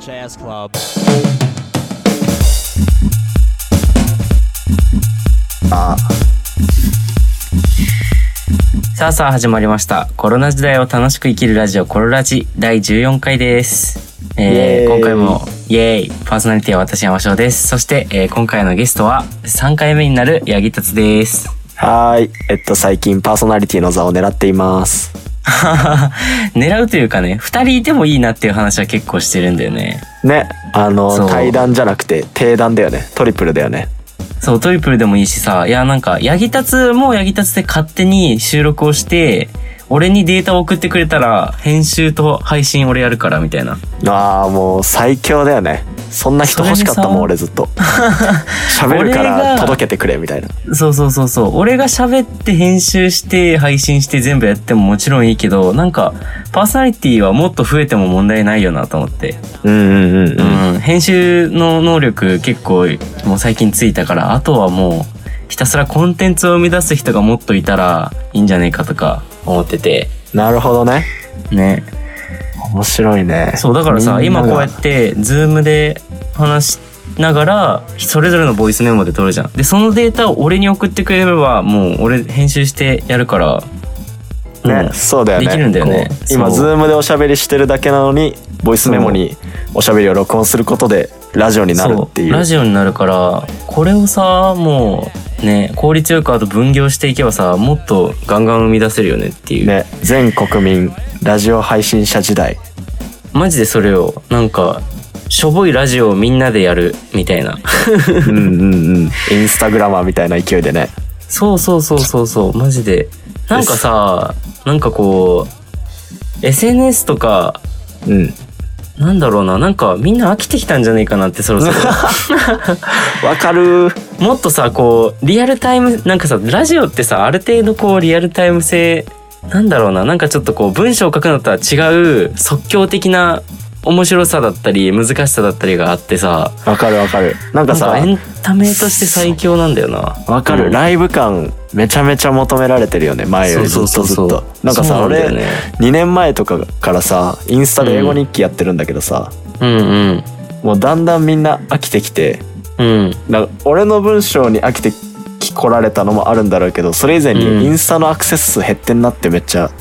Jazz Club. Ah. さあさあ始まりましたコロナ時代を楽しく生きるラジオコロラジ第14回です、えーイエーイ今回もイエーイパーソナリティは私山椒ですそして、えー今回のゲストは3回目になる八木達です はーい。えっと、最近パーソナリティの座を狙っています。狙うというかね2人いてもいいなっていう話は結構してるんだよねね。あそうの、対談じゃなくて、定談だよね。トリプルだよね。そうトリプルでもいいしさいやなんか八木達も八木達で勝手に収録をして俺にデータを送ってくれたら編集と配信俺やるからみたいなああ、もう最強だよね。そんな人欲しかったもん、それ俺ずっと。喋るから俺が届けてくれ、みたいな。そうそうそうそう。俺が喋って編集して配信して全部やってももちろんいいけど、なんかパーソナリティはもっと増えても問題ないよなと思って。うんうんうんううん。ん。編集の能力結構もう最近ついたから、あとはもうひたすらコンテンツを生み出す人がもっといたらいいんじゃねえかとか思ってて。なるほどね。ね。面白いね。そうだからさみんな今がこうやってズームで話しながらそれぞれのボイスメモで撮るじゃんでそのデータを俺に送ってくれればもう俺編集してやるからね、うんそうだよね。できるんだよねこうそう今、ズームでおしゃべりしてるだけなのに、ボイスメモにおしゃべりを録音することで、ラジオになるっていそうう。ラジオになるからこれをさもうね効率よくあと分業していけばさもっとガンガン生み出せるよねっていう、ね、全国民、ラジオ配信者時代。マジでそれをなんかしょぼいラジオをみんなでやるみたいなうんうんうん。インスタグラマーみたいな勢いでね。そうそうそうそうそうマジでなんかさなんかこう SNS とかうん。なんだろうな、なんかみんな飽きてきたんじゃないかなってそろそろ。 わかるもっとさ、こう、リアルタイム、なんかさ、ラジオってさ、ある程度こう、リアルタイム性、なんだろうな、なんかちょっとこう、文章を書くのとは違う、即興的な面白さだったり、難しさだったりがあってさ、わかるわかる。なんかなんさ、かエンタメとして最強なんだよな。わかる、うんライブ感めちゃめちゃ求められてるよね前よりずっとずっとなんかさそうだよ俺、ね2年前とかからさインスタで英語日記やってるんだけどさ、うんうん。もうだんだんみんな飽きてきてうん。なんか俺の文章に飽きてき来られたのもあるんだろうけどそれ以前うんにインスタのアクセス数減ってんなってめっちゃ、こ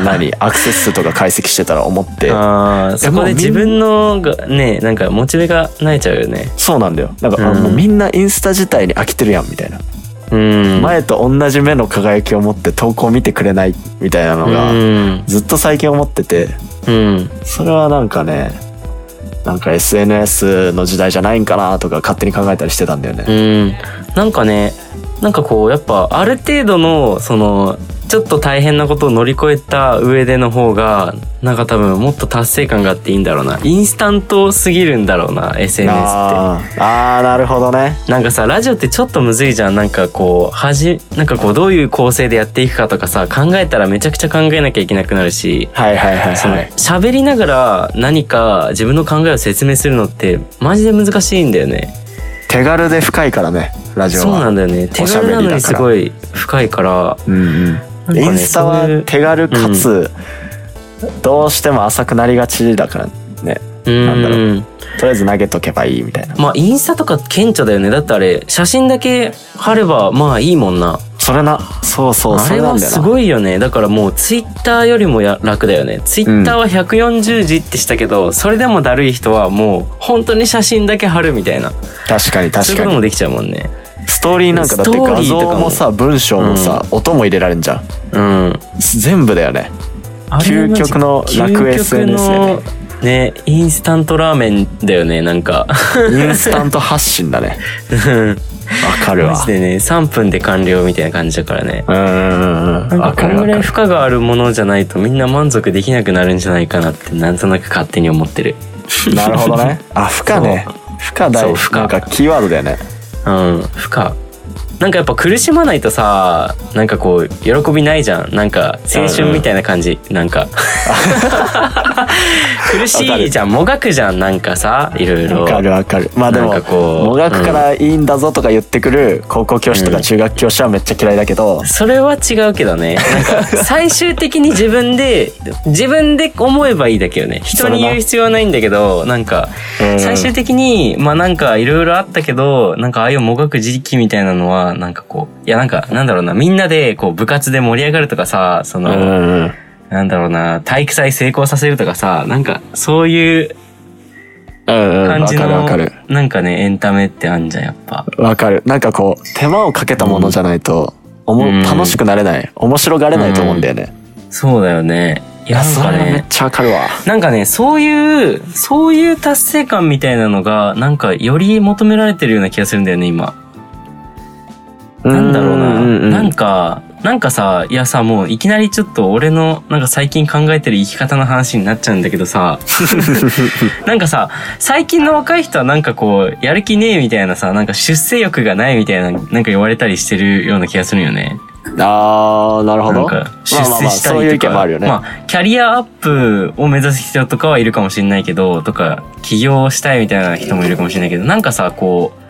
う 何アクセス数とか解析してたら思ってああ、そこで自分のが、ね、なんかモチベが慣れちゃうよね。そうなんだよなんか、あうんもうみんなインスタ自体に飽きてるやんみたいなうん。前と同じ目の輝きを持って投稿見てくれないみたいなのうがん。ずっと最近思っててうん。それはなんかねなんか SNS の時代じゃないんかなとか勝手に考えたりしてたんだようね。ん、なんかねなんかこうやっぱある程度のそのちょっと大変なことを乗り越えた上での方がなんか多分もっと達成感があっていいんだろうなインスタントすぎるんだろうな SNS って。あーあーなるほどね。なんかさラジオってちょっとむずいじゃんなんかこうはじなんかこうどういう構成でやっていくかとかさ考えたらめちゃくちゃ考えなきゃいけなくなるしはいはいはいそのはい。喋りながら何か自分の考えを説明するのってマジで難しいんだよね。手軽で深いからねラジオは。そうなんだよね手おしゃ軽べりだなからのにすごい深いからうんうん。なんかねインスタそういはう手軽かつ、どうしても浅くなりがちだからね。うんなんだろうとりあえず投げとけばいいみたいな。まあインスタとか顕著だよねだってあれ写真だけ貼ればまあいいもんなそれなそうそうあそれれなんはだよすな。ごいよねだからもうツイッターよりもや楽だよねツイッターは140字ってしたけど、それでもだるい人はもう本当に写真だけ貼るみたいな確かに確そういうかことにも。できちゃうもんねストーリーなんかだってストー画リーとかも像もさ文章もさ、音も入れられんじゃんうん全部だ よねあれはマジ究極の楽究極 SNS だよのねインスタントラーメンだよねな んかインスタント発信だねうんわかるマわジでね3分で完了みたいな感じだからねうんうんうんなんわかこかんるぐわらいかる負荷があるものじゃないとみんな満足できなくなるんじゃないかなってなんとなく勝手に思ってるなるほどねあ負荷ね負荷だそうよ負荷なんかキーワードだよねうん負荷なんかやっぱ苦しまないとさなんかこう喜びないじゃんなんか青春みたいな感じ、なんか 苦しいじゃんもがくじゃんなんかさいろいろわかるわかるまあでもなんかこうもがくからいいんだぞとか言ってくる高校教師とか中学教師はめっちゃ嫌いだけど、それは違うけどねなんか 最終的に自分で自分で思えばいいだけよね人に言う必要はないんだけどなんかうん最終的にまあなんかいろいろあったけどなんかああいうもがく時期みたいなのはなんかこういやなんかなんだろうなみんなでこう部活で盛り上がるとかさその、うんなんだろうな体育祭成功させるとかさなんかそういううんうん感わじかるの、わかるなんかねエンタメってあんじゃんやっぱ。わかるなんかこう手間をかけたものじゃないと、おもうん楽しくなれない面白がれないと思うんだよね、そうだよね。いいや、やなんそれかはめっね、ちゃわかるわなんかね、そういう、そういう達成感みたいなのが、なんかより求められてるような気がするんだよね、今。なんだろうな。んんなんか、なんかさ、いやさ、もういきなりちょっと俺の、なんか最近考えてる生き方の話になっちゃうんだけどさ、なんかさ、最近の若い人はなんかこう、やる気ねえみたいなさ、なんか出世欲がないみたいな、なんか言われたりしてるような気がするよね。あーなるほなんどか出まあまあま世あしたそういうり意と見もかあるよね、まあキャリアアップを目指す人とかはいるかもしれないけどとか起業したいみたいな人もいるかもしれないけどなんかさこう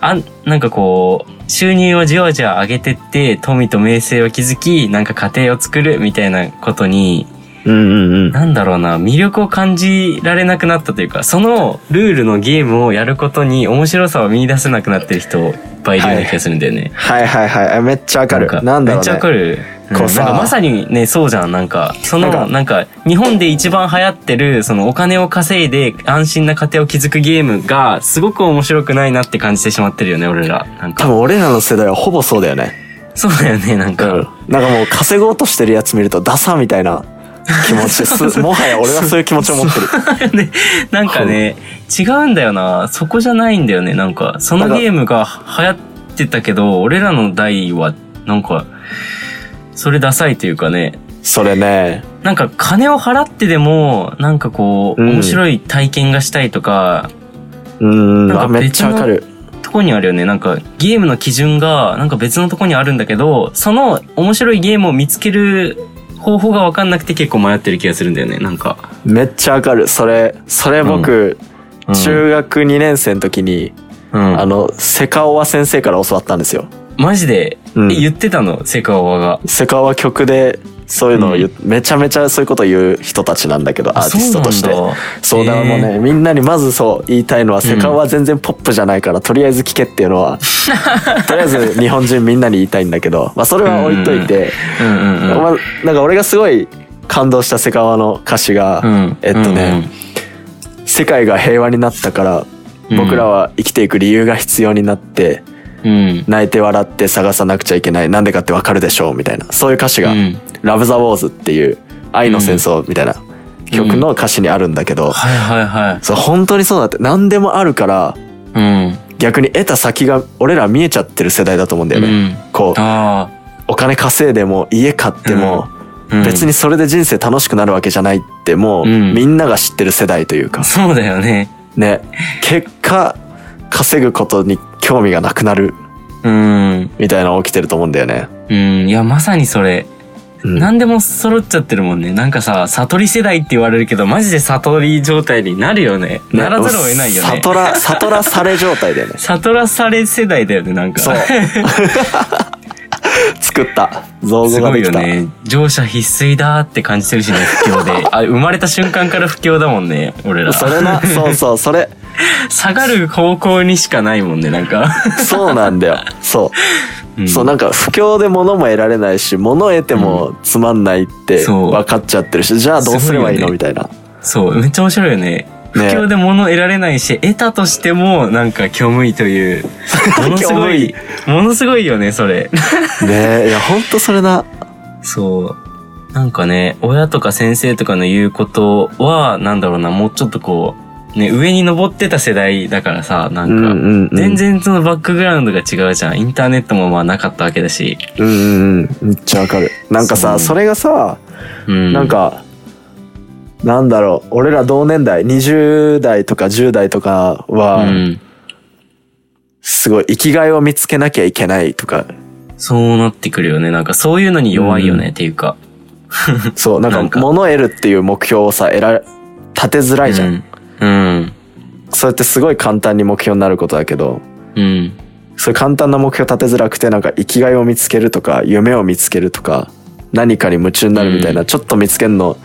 あんなんかこう収入をじわじわ上げてって富と名声を築きなんか家庭を作るみたいなことにうんうんうんなんだろうな魅力を感じられなくなったというかそのルールのゲームをやることに面白さを見出せなくなってる人いっぱいいるような気がするんだよね。はいはいはいあめっちゃわかるんなんだろうめっちゃわねかる。うんこうさなんかまさにね、そうじゃん。なんか、その、なんなかんか、日本で一番流行ってる、そのお金を稼いで安心な家庭を築くゲームが、すごく面白くないなって感じてしまってるよね、俺ら。なん多か、分俺らの世代はほぼそうだよねそうだよね、なんか。なんかもう稼ごうとしてるやつ見るとダサみたいな気持 ちすもはや俺はそういう気持ちを持ってるね、なんかね、違うんだよな。そこじゃないんだよね、なんか。そのなんかゲームが流行ってたけど、俺らの代は、なんか、それダサいというかね、それねなんか金を払ってでも、なんかこう、うん面白い体験がしたいとか、うんなんかあめっちゃわかるとこにあるよね。なんかゲームの基準が、なんか別のとこにあるんだけど、その面白いゲームを見つける方法がわかんなくて結構迷ってる気がするんだよね。なんか。めっちゃわかるそれそれ僕、うん中学2年生の時に、うん。あのセカオワ先生から教わったんですよマジで、うんえ、言ってたのセカオワが。セカオワ曲でそういうのを言う、めちゃめちゃそういうことを言う人たちなんだけどアーティストとしてそうなんだそうだもうね、みんなにまずそう言いたいのは、んセカオワ全然ポップじゃないからとりあえず聞けっていうの はとりあえず日本人みんなに言いたいんだけど、まあ、それは置いといて、うんうんうん。まあ、なんか俺がすごい感動したセカオワの歌詞が、うんえっとね、世界が平和になったからうん僕らは生きていく理由が必要になって、うんうん。泣いて笑って探さなくちゃいけないなんでかってわかるでしょうみたいなそういう歌詞がうん「ラブ・ザ・ウォーズ」っていう愛の戦争みたいな曲の歌詞にあるんだけど、はいはいはい。そう本当にそうだって何でもあるからうん。逆に得た先が俺ら見えちゃってる世代だと思うんだよね、うんこうあお金稼いでも家買っても、あ。うん別にそれで人生楽しくなるわけじゃないってもう、うんみんなが知ってる世代というかそうだよね。ね結果稼ぐことに興味がなくなるうん。みたいなの起きてると思うんだよね。うん、いや、まさにそれ。うん何でも揃っちゃってるもんね。なんかさ、悟り世代って言われるけど、マジで悟り状態になるよね。ねならざるを得ないよね。悟 ら悟らされ状態だよね悟らされ世代だよね、なんか。そう 作った造語すがごでいきよた、ね。乗車必須だって感じてるしね、不 況で。あ、生まれた瞬間から不況だもんね、俺ら。それなそうそうそれ 下がる方向にしかないもんね、なんか。 そうなんだよそうう、んそうなんか不況で物も得られないし物を得てもつまんないってそう分かっちゃってるしじゃあどうすればいいのすごみいたいなそう、めっちゃ面白いよね。不ね況で物得られないし、得たとしても、なんか虚無いと いう。ものすごい、ものすごいよね、それ。ねいやほんとそれなそう。なんかね、親とか先生とかの言うことは、なんだろうな、もうちょっとこう、ね、上に登ってた世代だからさ、なうんうんか、ん、うん、全然そのバックグラウンドが違うじゃん。インターネットもまあなかったわけだし。うんうんうんめっちゃわかるなんかさそうそれがさうん。なん、か、なんだろう俺ら同年代20代とか10代とかうは、ん。すごい生きがいを見つけなきゃいけないとかそうなってくるよね。なんかそういうのに弱いよね、っていうか。そうなんなんかか物を得るっていう目標をさ得ら立てづらいじゃん、うんそれってすごい簡単に目標になることだけどうんそれ簡単な目標立てづらくてなんか生きがいを見つけるとか夢を見つけるとか何かに夢中になるみたいな、うんちょっと見つけるの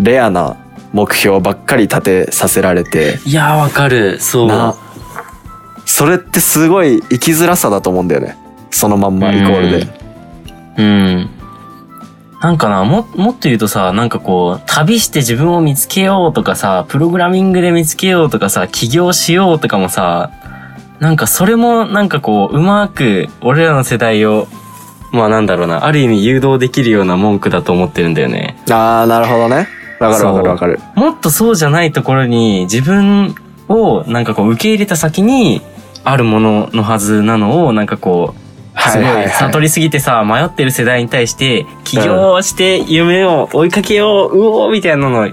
レアな目標ばっかり立てさせられていやーわかるそうなそれってすごい生きづらさだと思うんだよねそのまんまイコールで。うん。なんかな、も、もっと言うとさ、なんかこう、旅して自分を見つけようとかさ、プログラミングで見つけようとかさ、起業しようとかもさ、なんかそれもなんかこう、うまく俺らの世代を、まあなんだろうな、ある意味誘導できるような文句だと思ってるんだよね。あーなるほどねわかるわかるわかるもっとそうじゃないところに自分をなんかこう受け入れた先にあるもののはずなのをなんかこうはすいごはいい悟はりすぎてさ、迷ってる世代に対して、起業して夢を追いかけよう、うおーみたいなの言っ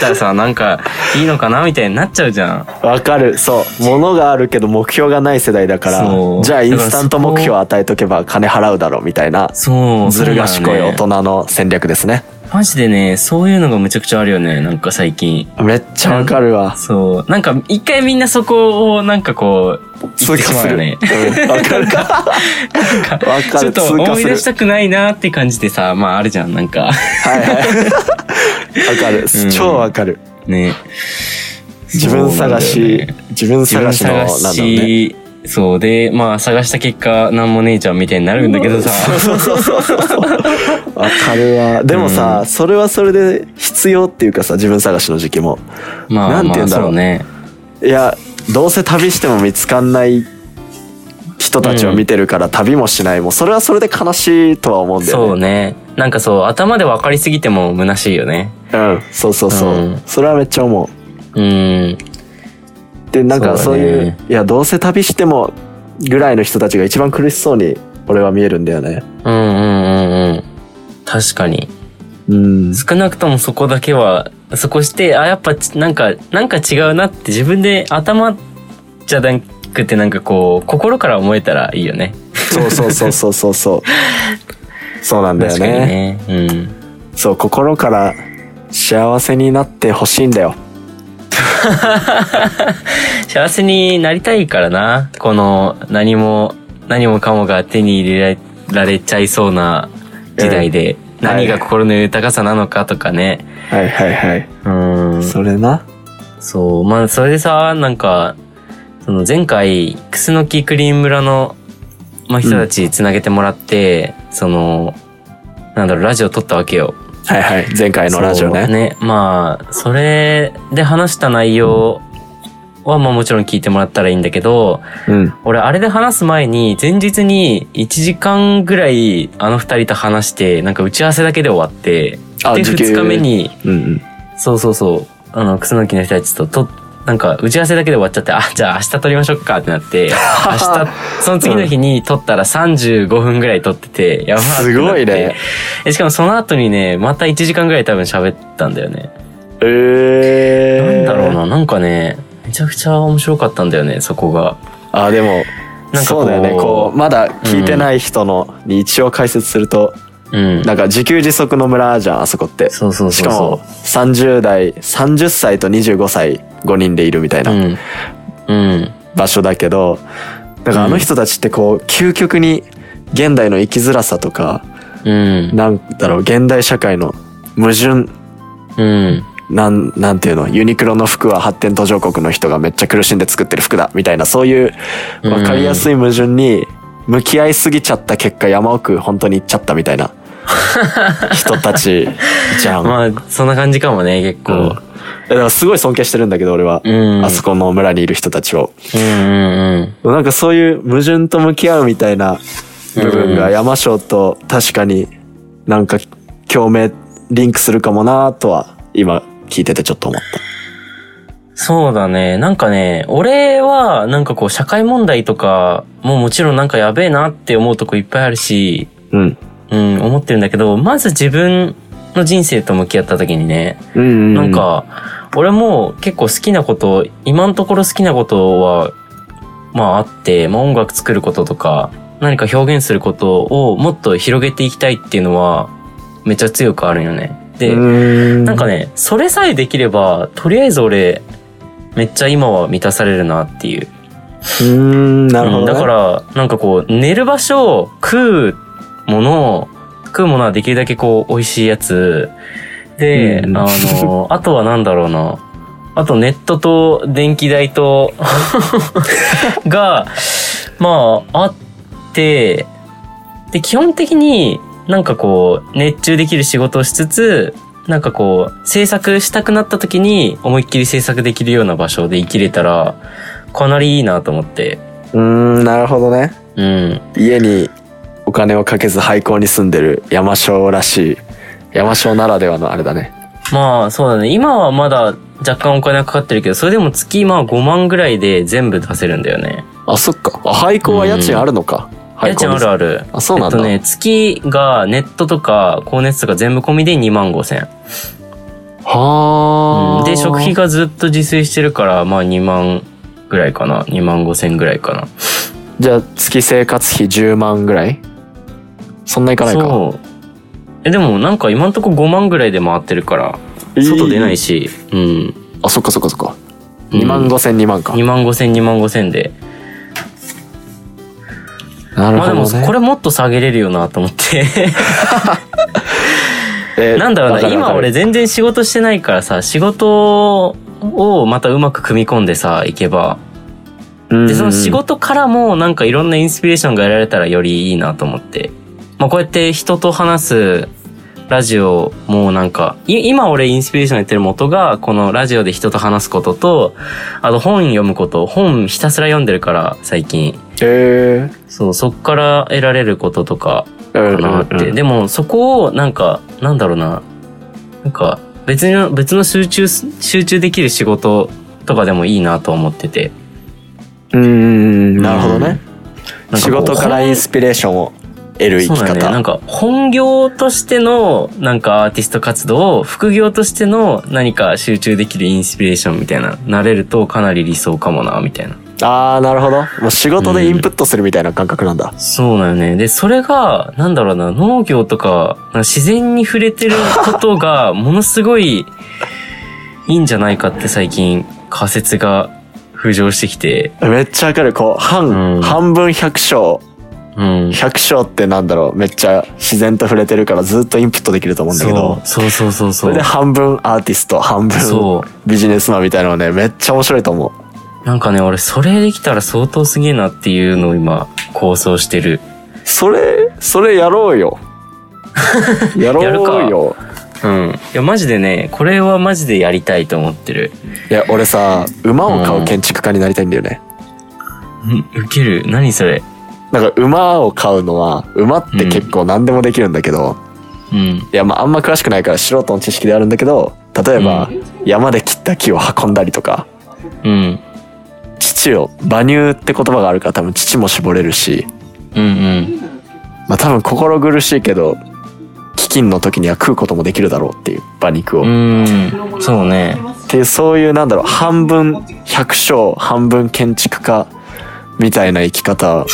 たらさ、なんかいいのかなみたいになっちゃうじゃいん。わかるそう物があるけど目標がない世代だからそうじゃあインスタント目標を与えとけば金払うだろうみたいなそう。ずる賢い大そう人なんだよねの戦略ですねマジでね、そういうのがむちゃくちゃあるよね、なんか最近。めっちゃわかるわそう。なんか一回みんなそこをなんかこう、言通って過しますうよるね。うんわかる かわかちょっると通過思いす出るしたくないなって感じでさ、まああるじゃん、なんか。はいはいわかる うん超わかるね。自分探そうなんだよしね自分自探分しのなん探だろうねし、そうで、まあ探した結果、なんもねえじゃんみたいになるんだけどさ。 そうそうそうそうわかるわでもさ、うんそれはそれで必要っていうかさ自分探しの時期もまあ、なんて言うんだろうまあね。いやどうせ旅しても見つかんない人たちを見てるから旅もしない、もうそれはそれで悲しいとは思うんだそようねね。なんかそう、頭で分かりすぎても虚しいよね。そう,、ん、そうそうそう、うんそれはめっちゃ思うん。うでなんかそそううだねいういやどうせ旅してもぐらいの人たちが一番苦しそうに俺は見えるんだよねうんうんうんうん。確かに。うん少なくともそこだけは、そこして、あ、やっぱち、なんか、なんか違うなって自分で頭じゃなくて、なんかこう、心から思えたらいいよね。そうそうそうそうそう そうそうなんだよ確かにねね。うん。そう心から幸せになってほしいんだよ 幸せになりたいからなこの何も何もかもが手に入れられちゃいそうな時代で、うん何がはい心の豊かさなのかとかね、はいはいはい、うんそれなそうまあそれでさなんかその前回クスノキクリーン村の、まあ、人たちつなげてもらって、そのなんだろうラジオ撮ったわけよ。はいはい前回のラジオそうねまあ、それで話した内容は、まあもちろん聞いてもらったらいいんだけど、うん俺あれで話す前に、前日に1時間ぐらいあの二人と話して、なんか打ち合わせだけで終わって、あで、時給2日目に、うんうんそうそうそう、あの、クスノキの人たちとと、なんか打ち合わせだけで終わっちゃって、あ、じゃあ明日撮りましょうかってな って、明日、その次の日に撮ったら35分ぐらい撮ってて、やばーってなってすごいね。えしかもその後にね、また1時間ぐらい多分喋ったんだよね。えなー、んだろうな、なんかね、めちゃくちゃ面白かったんだよね、そこが。あでもなんかこそううだよねこうまだ聞いてない人の、に一応解説するとうん。なんか自給自足の村じゃんあそこってそうそうそうそう。しかも30代30歳と25歳5人でいるみたいなうん。うん。場所だけど、だからあの人たちってこう究極に現代の生きづらさとかうん。なんだろう現代社会の矛盾うん。なんなんていうのユニクロの服は発展途上国の人がめっちゃ苦しんで作ってる服だみたいなそういううん分かりやすい矛盾に向き合いすぎちゃった結果山奥本当に行っちゃったみたいな人たちじ ゃん。まあ、そんな感じかもね、結うん構。だからすごい尊敬してるんだけど俺は、うん。あそこの村にいる人たちを。うんうんうん。なんかそういう矛盾と向き合うみたいな部分うがん山椒と確かになんか共鳴リンクするかもなとは今聞いててちょっと思っそうだね。なんかね、俺は、なんかこう、社会問題とか、もうもちろんなんかやべえなって思うとこいっぱいあるし、た。うん。うん、思ってるんだけど、まず自分の人生と向き合った時にね、うんうん、なん、か、俺も結構好きなこと、今のところ好きなことは、まああって、まあ音楽作ることとか、何か表現することをもっと広げていきたいっていうのは、めっちゃ強くあるよね。で、なんかねそれさえできればとりあえず俺めっちゃ今は満たされるなっていううーんなるほど、ねうんだからなんかこう寝る場所食うもの食うものはできるだけこう美味しいやつで、うんあのあとはなんだろうなあとネットと電気 代とがまああってで基本的になんかこう熱中できる仕事をしつつなんかこう制作したくなった時に思いっきり制作できるような場所で生きれたらかなりいいなと思って。うーんなるほどねうん。家にお金をかけず廃校に住んでる山椒らしい山椒ならではのあれだねまあそうだね。今はまだ若干お金がかかってるけど、それでも月まあ5万ぐらいで全部出せるんだよね。あそっかあ廃校は家賃あるのか家廃校賃にあるある。あそうなんだえっとね、月がネットとか光熱とか全部込みで2万5千。はあ、で、食費がずっと自炊してるから、まあ2万ぐらいかな。2万5千ぐらいかな。じゃあ月生活費10万ぐらいそんないかないかそう。え、でもなんか今んとこ5万ぐらいで回ってるから、外出ないしし、うん。あそっかそっかそっかうん2万5千2万か、 2万5千、2万5千で。なるまあほでも、どね、これもっと下げれるよなと思って。えーなんだろうわな、かるわ今かる俺全然仕事してないからさ、仕事をまたうまく組み込んでさ、いけば。うんで、その仕事からもなんかいろんなインスピレーションが得られたらよりいいなと思って。まあこうやって人と話すラジオもなんか、い今俺インスピレーションやってる元が、このラジオで人と話すことと、あと本読むこと、本ひたすら読んでるから最近。えそう、そっから得られることとか、ーうんかなって、うんうんでもそこをなんかなんだろうななんか別の別の集中す集中できる仕事とかでもいいなと思っててうんうんうんなるほどね、なん仕こう事からインスピレーションを得る生そうきだ方、ね、なんか本業としてのなんかアーティスト活動を副業としての何か集中できるインスピレーションみたいななれるとかなり理想かもなみたいなああなるほどもう仕事でインプットするみたいな感覚なんだ、そうだよね。で、それが、なんだろうな、農業とか、なんか自然に触れてることが、 ものすごい、いいんじゃないかって最近、仮説が浮上してきて、めっちゃわかるこう半,、うん半分百姓うん。百姓ってなんだろうめっちゃ自然と触れてるからずっとインプットできると思うんだけそどうそうそうそうそそれうで。半分アーティスト半分 そビジネスマンみたいなのねめっちゃ面白いと思うう。なんかね、俺、それできたら相当すげえなっていうのを今、構想してる。それそれやろう よやろやるかうようん。いや、マジでね、これはマジでやりたいと思ってる。いや俺さ馬を飼う建築家になりたいんだよね、うん、ウケる。何それ。なんか馬を飼うのは馬って結構何でもできるんだけど、うん。いやまああんま詳しくないから素人の知識であるんだけど例えばう山で切った木を運んだりとかうん。乳を馬乳って言葉があるから多分乳も絞れるしうんうん。まあ多分心苦しいけど飢饉の時には食うこともできるだろうっていう馬肉を、っうん。そうね。ていうそういうなんだろう半分百姓半分建築家みたいな生き 方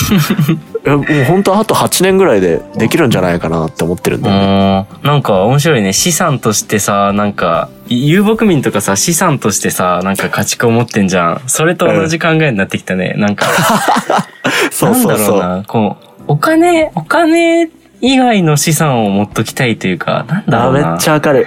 えもう本当あと8年ぐらいでできるんじゃないかなって思ってるんだよねうんなんか面白いね資産としてさなんか遊牧民とかさ資産としてさなんか家畜を持ってんじゃんそれと同じ考えになってきたね、な んかそうなんそうだろそううなこうお金お金以外の資産を持っときたいというかなんだあろうめっなちゃわかる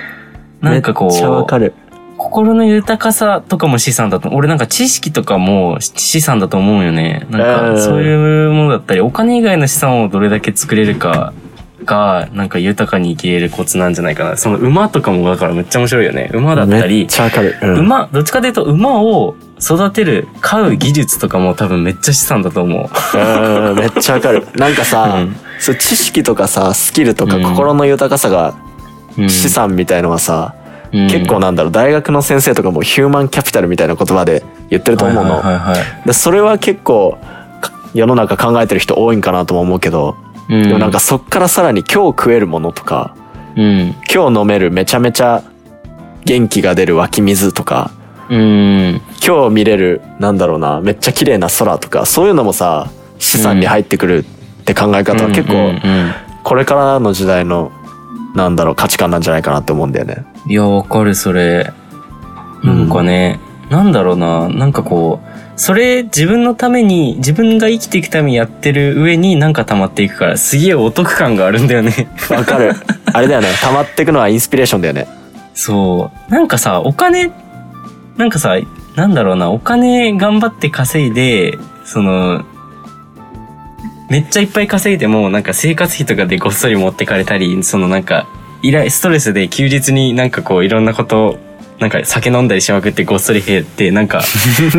なんかこめっちゃわかうる心の豊かさとかも資産だと俺なんか知識とかも資産だと思うよねなんうんかそういうものだったりお金以外の資産をどれだけ作れるかがなんか豊かに生きれるコツなんじゃないかなその馬とかもだからめっちゃ面白いよね馬だっためりっちゃわかる、うん馬どっちかというと馬を育てる飼う技術とかも多分めっちゃ資産だと思ううんめっちゃわかるなんかさ、うんそう知識とかさスキルとかうん心の豊かさが、うん資産みたいのはさ、うん結構なんだろう大学の先生とかもヒューマンキャピタルみたいな言葉で言ってると思うの、はいはいはいはいでそれは結構か世の中考えてる人多いんかなとも思うけど、うんでもなんかそっからさらに今日食えるものとかうん今日飲めるめちゃめちゃ元気が出る湧き水とかうん今日見れるなんだろうなめっちゃ綺麗な空とかそういうのもさ資産に入ってくるって考え方は結構、うんうんうんこれからの時代のなんだろう価値観なんじゃないかなって思うんだよね。いや、わかる、それ。なんかね、なんだろうな、なんかこう、それ自分のために、自分が生きていくためにやってる上になんか溜まっていくから、すげえお得感があるんだよね。 わかる。あれだよね。溜まってくのはインスピレーションだよね。そう。なんかさ、お金、なんかさ、なんだろうな、お金頑張って稼いで、その、めっちゃいっぱい稼いでも、なんか生活費とかでごっそり持ってかれたり、そのなんか、イライストレスで休日になんかこういろんなことを、なんか酒飲んだりしまくってごっそり減って、なんか、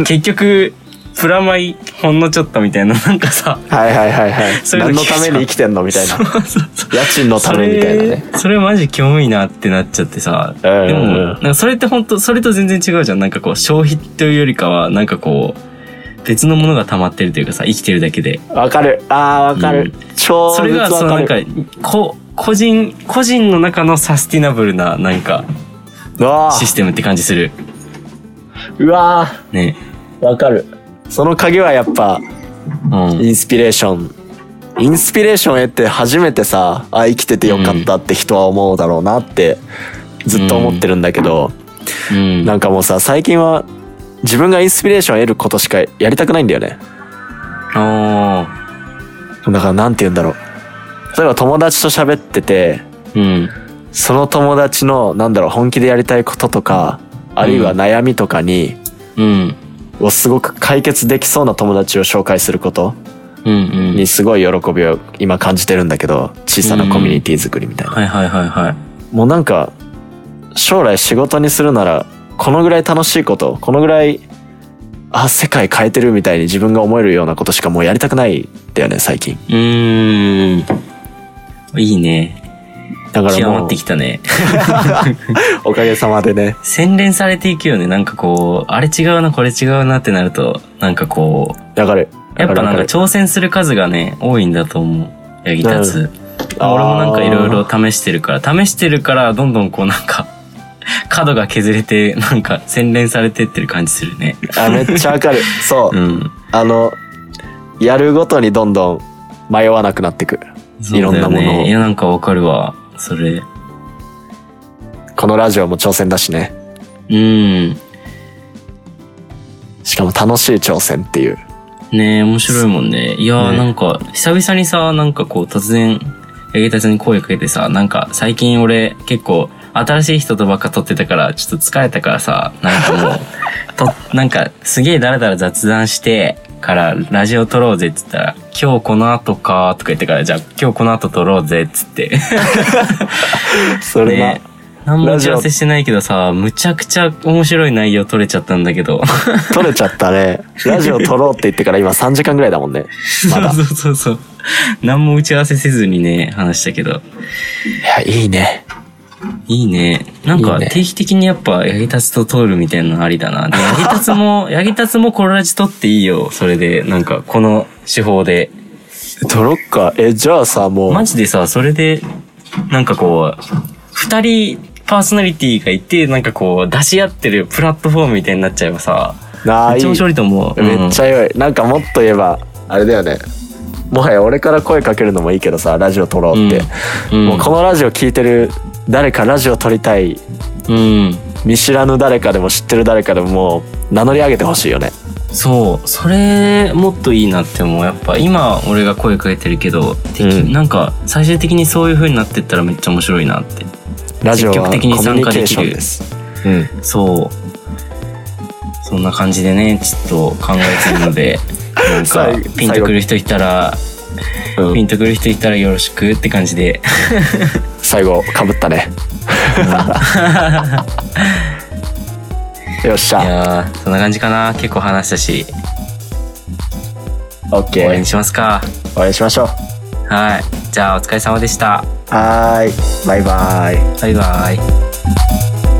結局、プラマイほんのちょっとみたいな、なんかさ、はいはいはいはい。 そういうの何のために生きてんのみたいな。そうそうそう家賃のためみたいなね。それそれマジキモいなってなっちゃってさうんうんうんでもなんかそれって本当それと全然違うじゃんなんかこう消費というよりかはなんかこう別のものが溜まってるというかさ生きてるだけでわかる。あーわかる。超それ絶がわそのかなんる。かこ個人個人の中のサスティナブルななんかうわシスーテムって感じするうわーねわかる。その鍵はやっぱうんインスピレーション。インスピレーションを得て初めてさ、あ、生きててよかったって人は思うだろうなってずっと思ってるんだけど、うんなんかもうさ、最近は自分がインスピレーションを得ることしかやりたくないんだよね。あだからなんて言うんだろう。例えば友達と喋ってて、ーうんその友達の、なんだろう、本気でやりたいこととか、あるいは悩みとかに、うんをすごく解決できそうな友達を紹介することうんうんにすごい喜びを今感じてるんだけど、小さなコミュニティ作りみたいな。はいはいはいはいもうなんか、将来仕事にするなら、このぐらい楽しいこと、このぐらい、あ、世界変えてるみたいに自分が思えるようなことしかもうやりたくないんだよね、最近。うーんいいねだから極もまうって、きたね。おかげさまでね。洗練されていくよね。なんかこう、あれ違うな、これ違うなってなると、なんかこう、わかる。やっぱなんかわる挑戦する数がね、多いんだと思う。ヤギタツ。あー俺もなんかいろいろ試してるから、試してるから、どんどんこうなんか、 角が削れて、なんか洗練されてってる感じするね。あ、めっちゃわかる。そうう。ん。あの、やるごとにどんどん迷わなくなってく。そうだいろよんなものをね。いや、なんかわかるわ。それ。このラジオも挑戦だしね。うん。しかも楽しい挑戦っていう。ねえ、面白いもんね。いやー、ねなんか、久々にさ、なんかこう、突然、やげたちに声かけてさ、なんか、最近俺、結構、新しい人とばっか撮ってたから、ちょっと疲れたからさ、なんかもう、 と、なんか、すげえだらだら雑談して、から、ラジオ撮ろうぜっつったら、今日この後かとか言ってから、じゃあ、今日この後撮ろうぜっつって。 それな。ね何も打ち合わせしてないけどさ、むちゃくちゃ面白い内容撮れちゃったんだけど。取れちゃったね。ラジオ撮ろうって言ってから今3時間ぐらいだもんね。まだ。い そうそうそうそう。何も打ち合わせせずにね、話したけど。や、いいね。いいね。なんいいかね定期的にやっぱ、ヤギタツと通るみたいなのありだ な。で、ヤギタツも、ヤギタツもコロラジ撮っていいよ。それで、なんか、この手法で。撮ろっか。え、じゃあさ、もう。マジでさ、それで、なんかこう、二人パーソナリティがいて、なんかこう、出し合ってるプラットフォームみたいになっちゃえばさ、なめあ、っいいちゃ。面白いと思う。めっちゃ、ゃ良い。なんかもっと言えば、あれだよね。もはや俺から声かけるのもいいけどさ、ラジオ撮ろうって。うんもうこのラジオ聞いてる誰かラジオ撮りたいうん。見知らぬ誰かでも知ってる誰かでももう名乗り上げてほしいよねそうそれもっといいなって思うやっぱ今俺が声かけてるけど、てきうんなんか最終的にそういう風になってったらめっちゃ面白いなってラジオはコミ積極的に参ュ加ニケでーきシるョンですうんそうそんな感じでねちょっと考えてる のでなんか最後ピンとくる人いたらうんピンとくる人いたらよろしくって感じで最 後かぶった ねよっしいゃやーそんな感じかな結構話したし終わり OK にしますかお会いしましょうはいじゃあお疲れ様でしたはーいバイバイバイバイ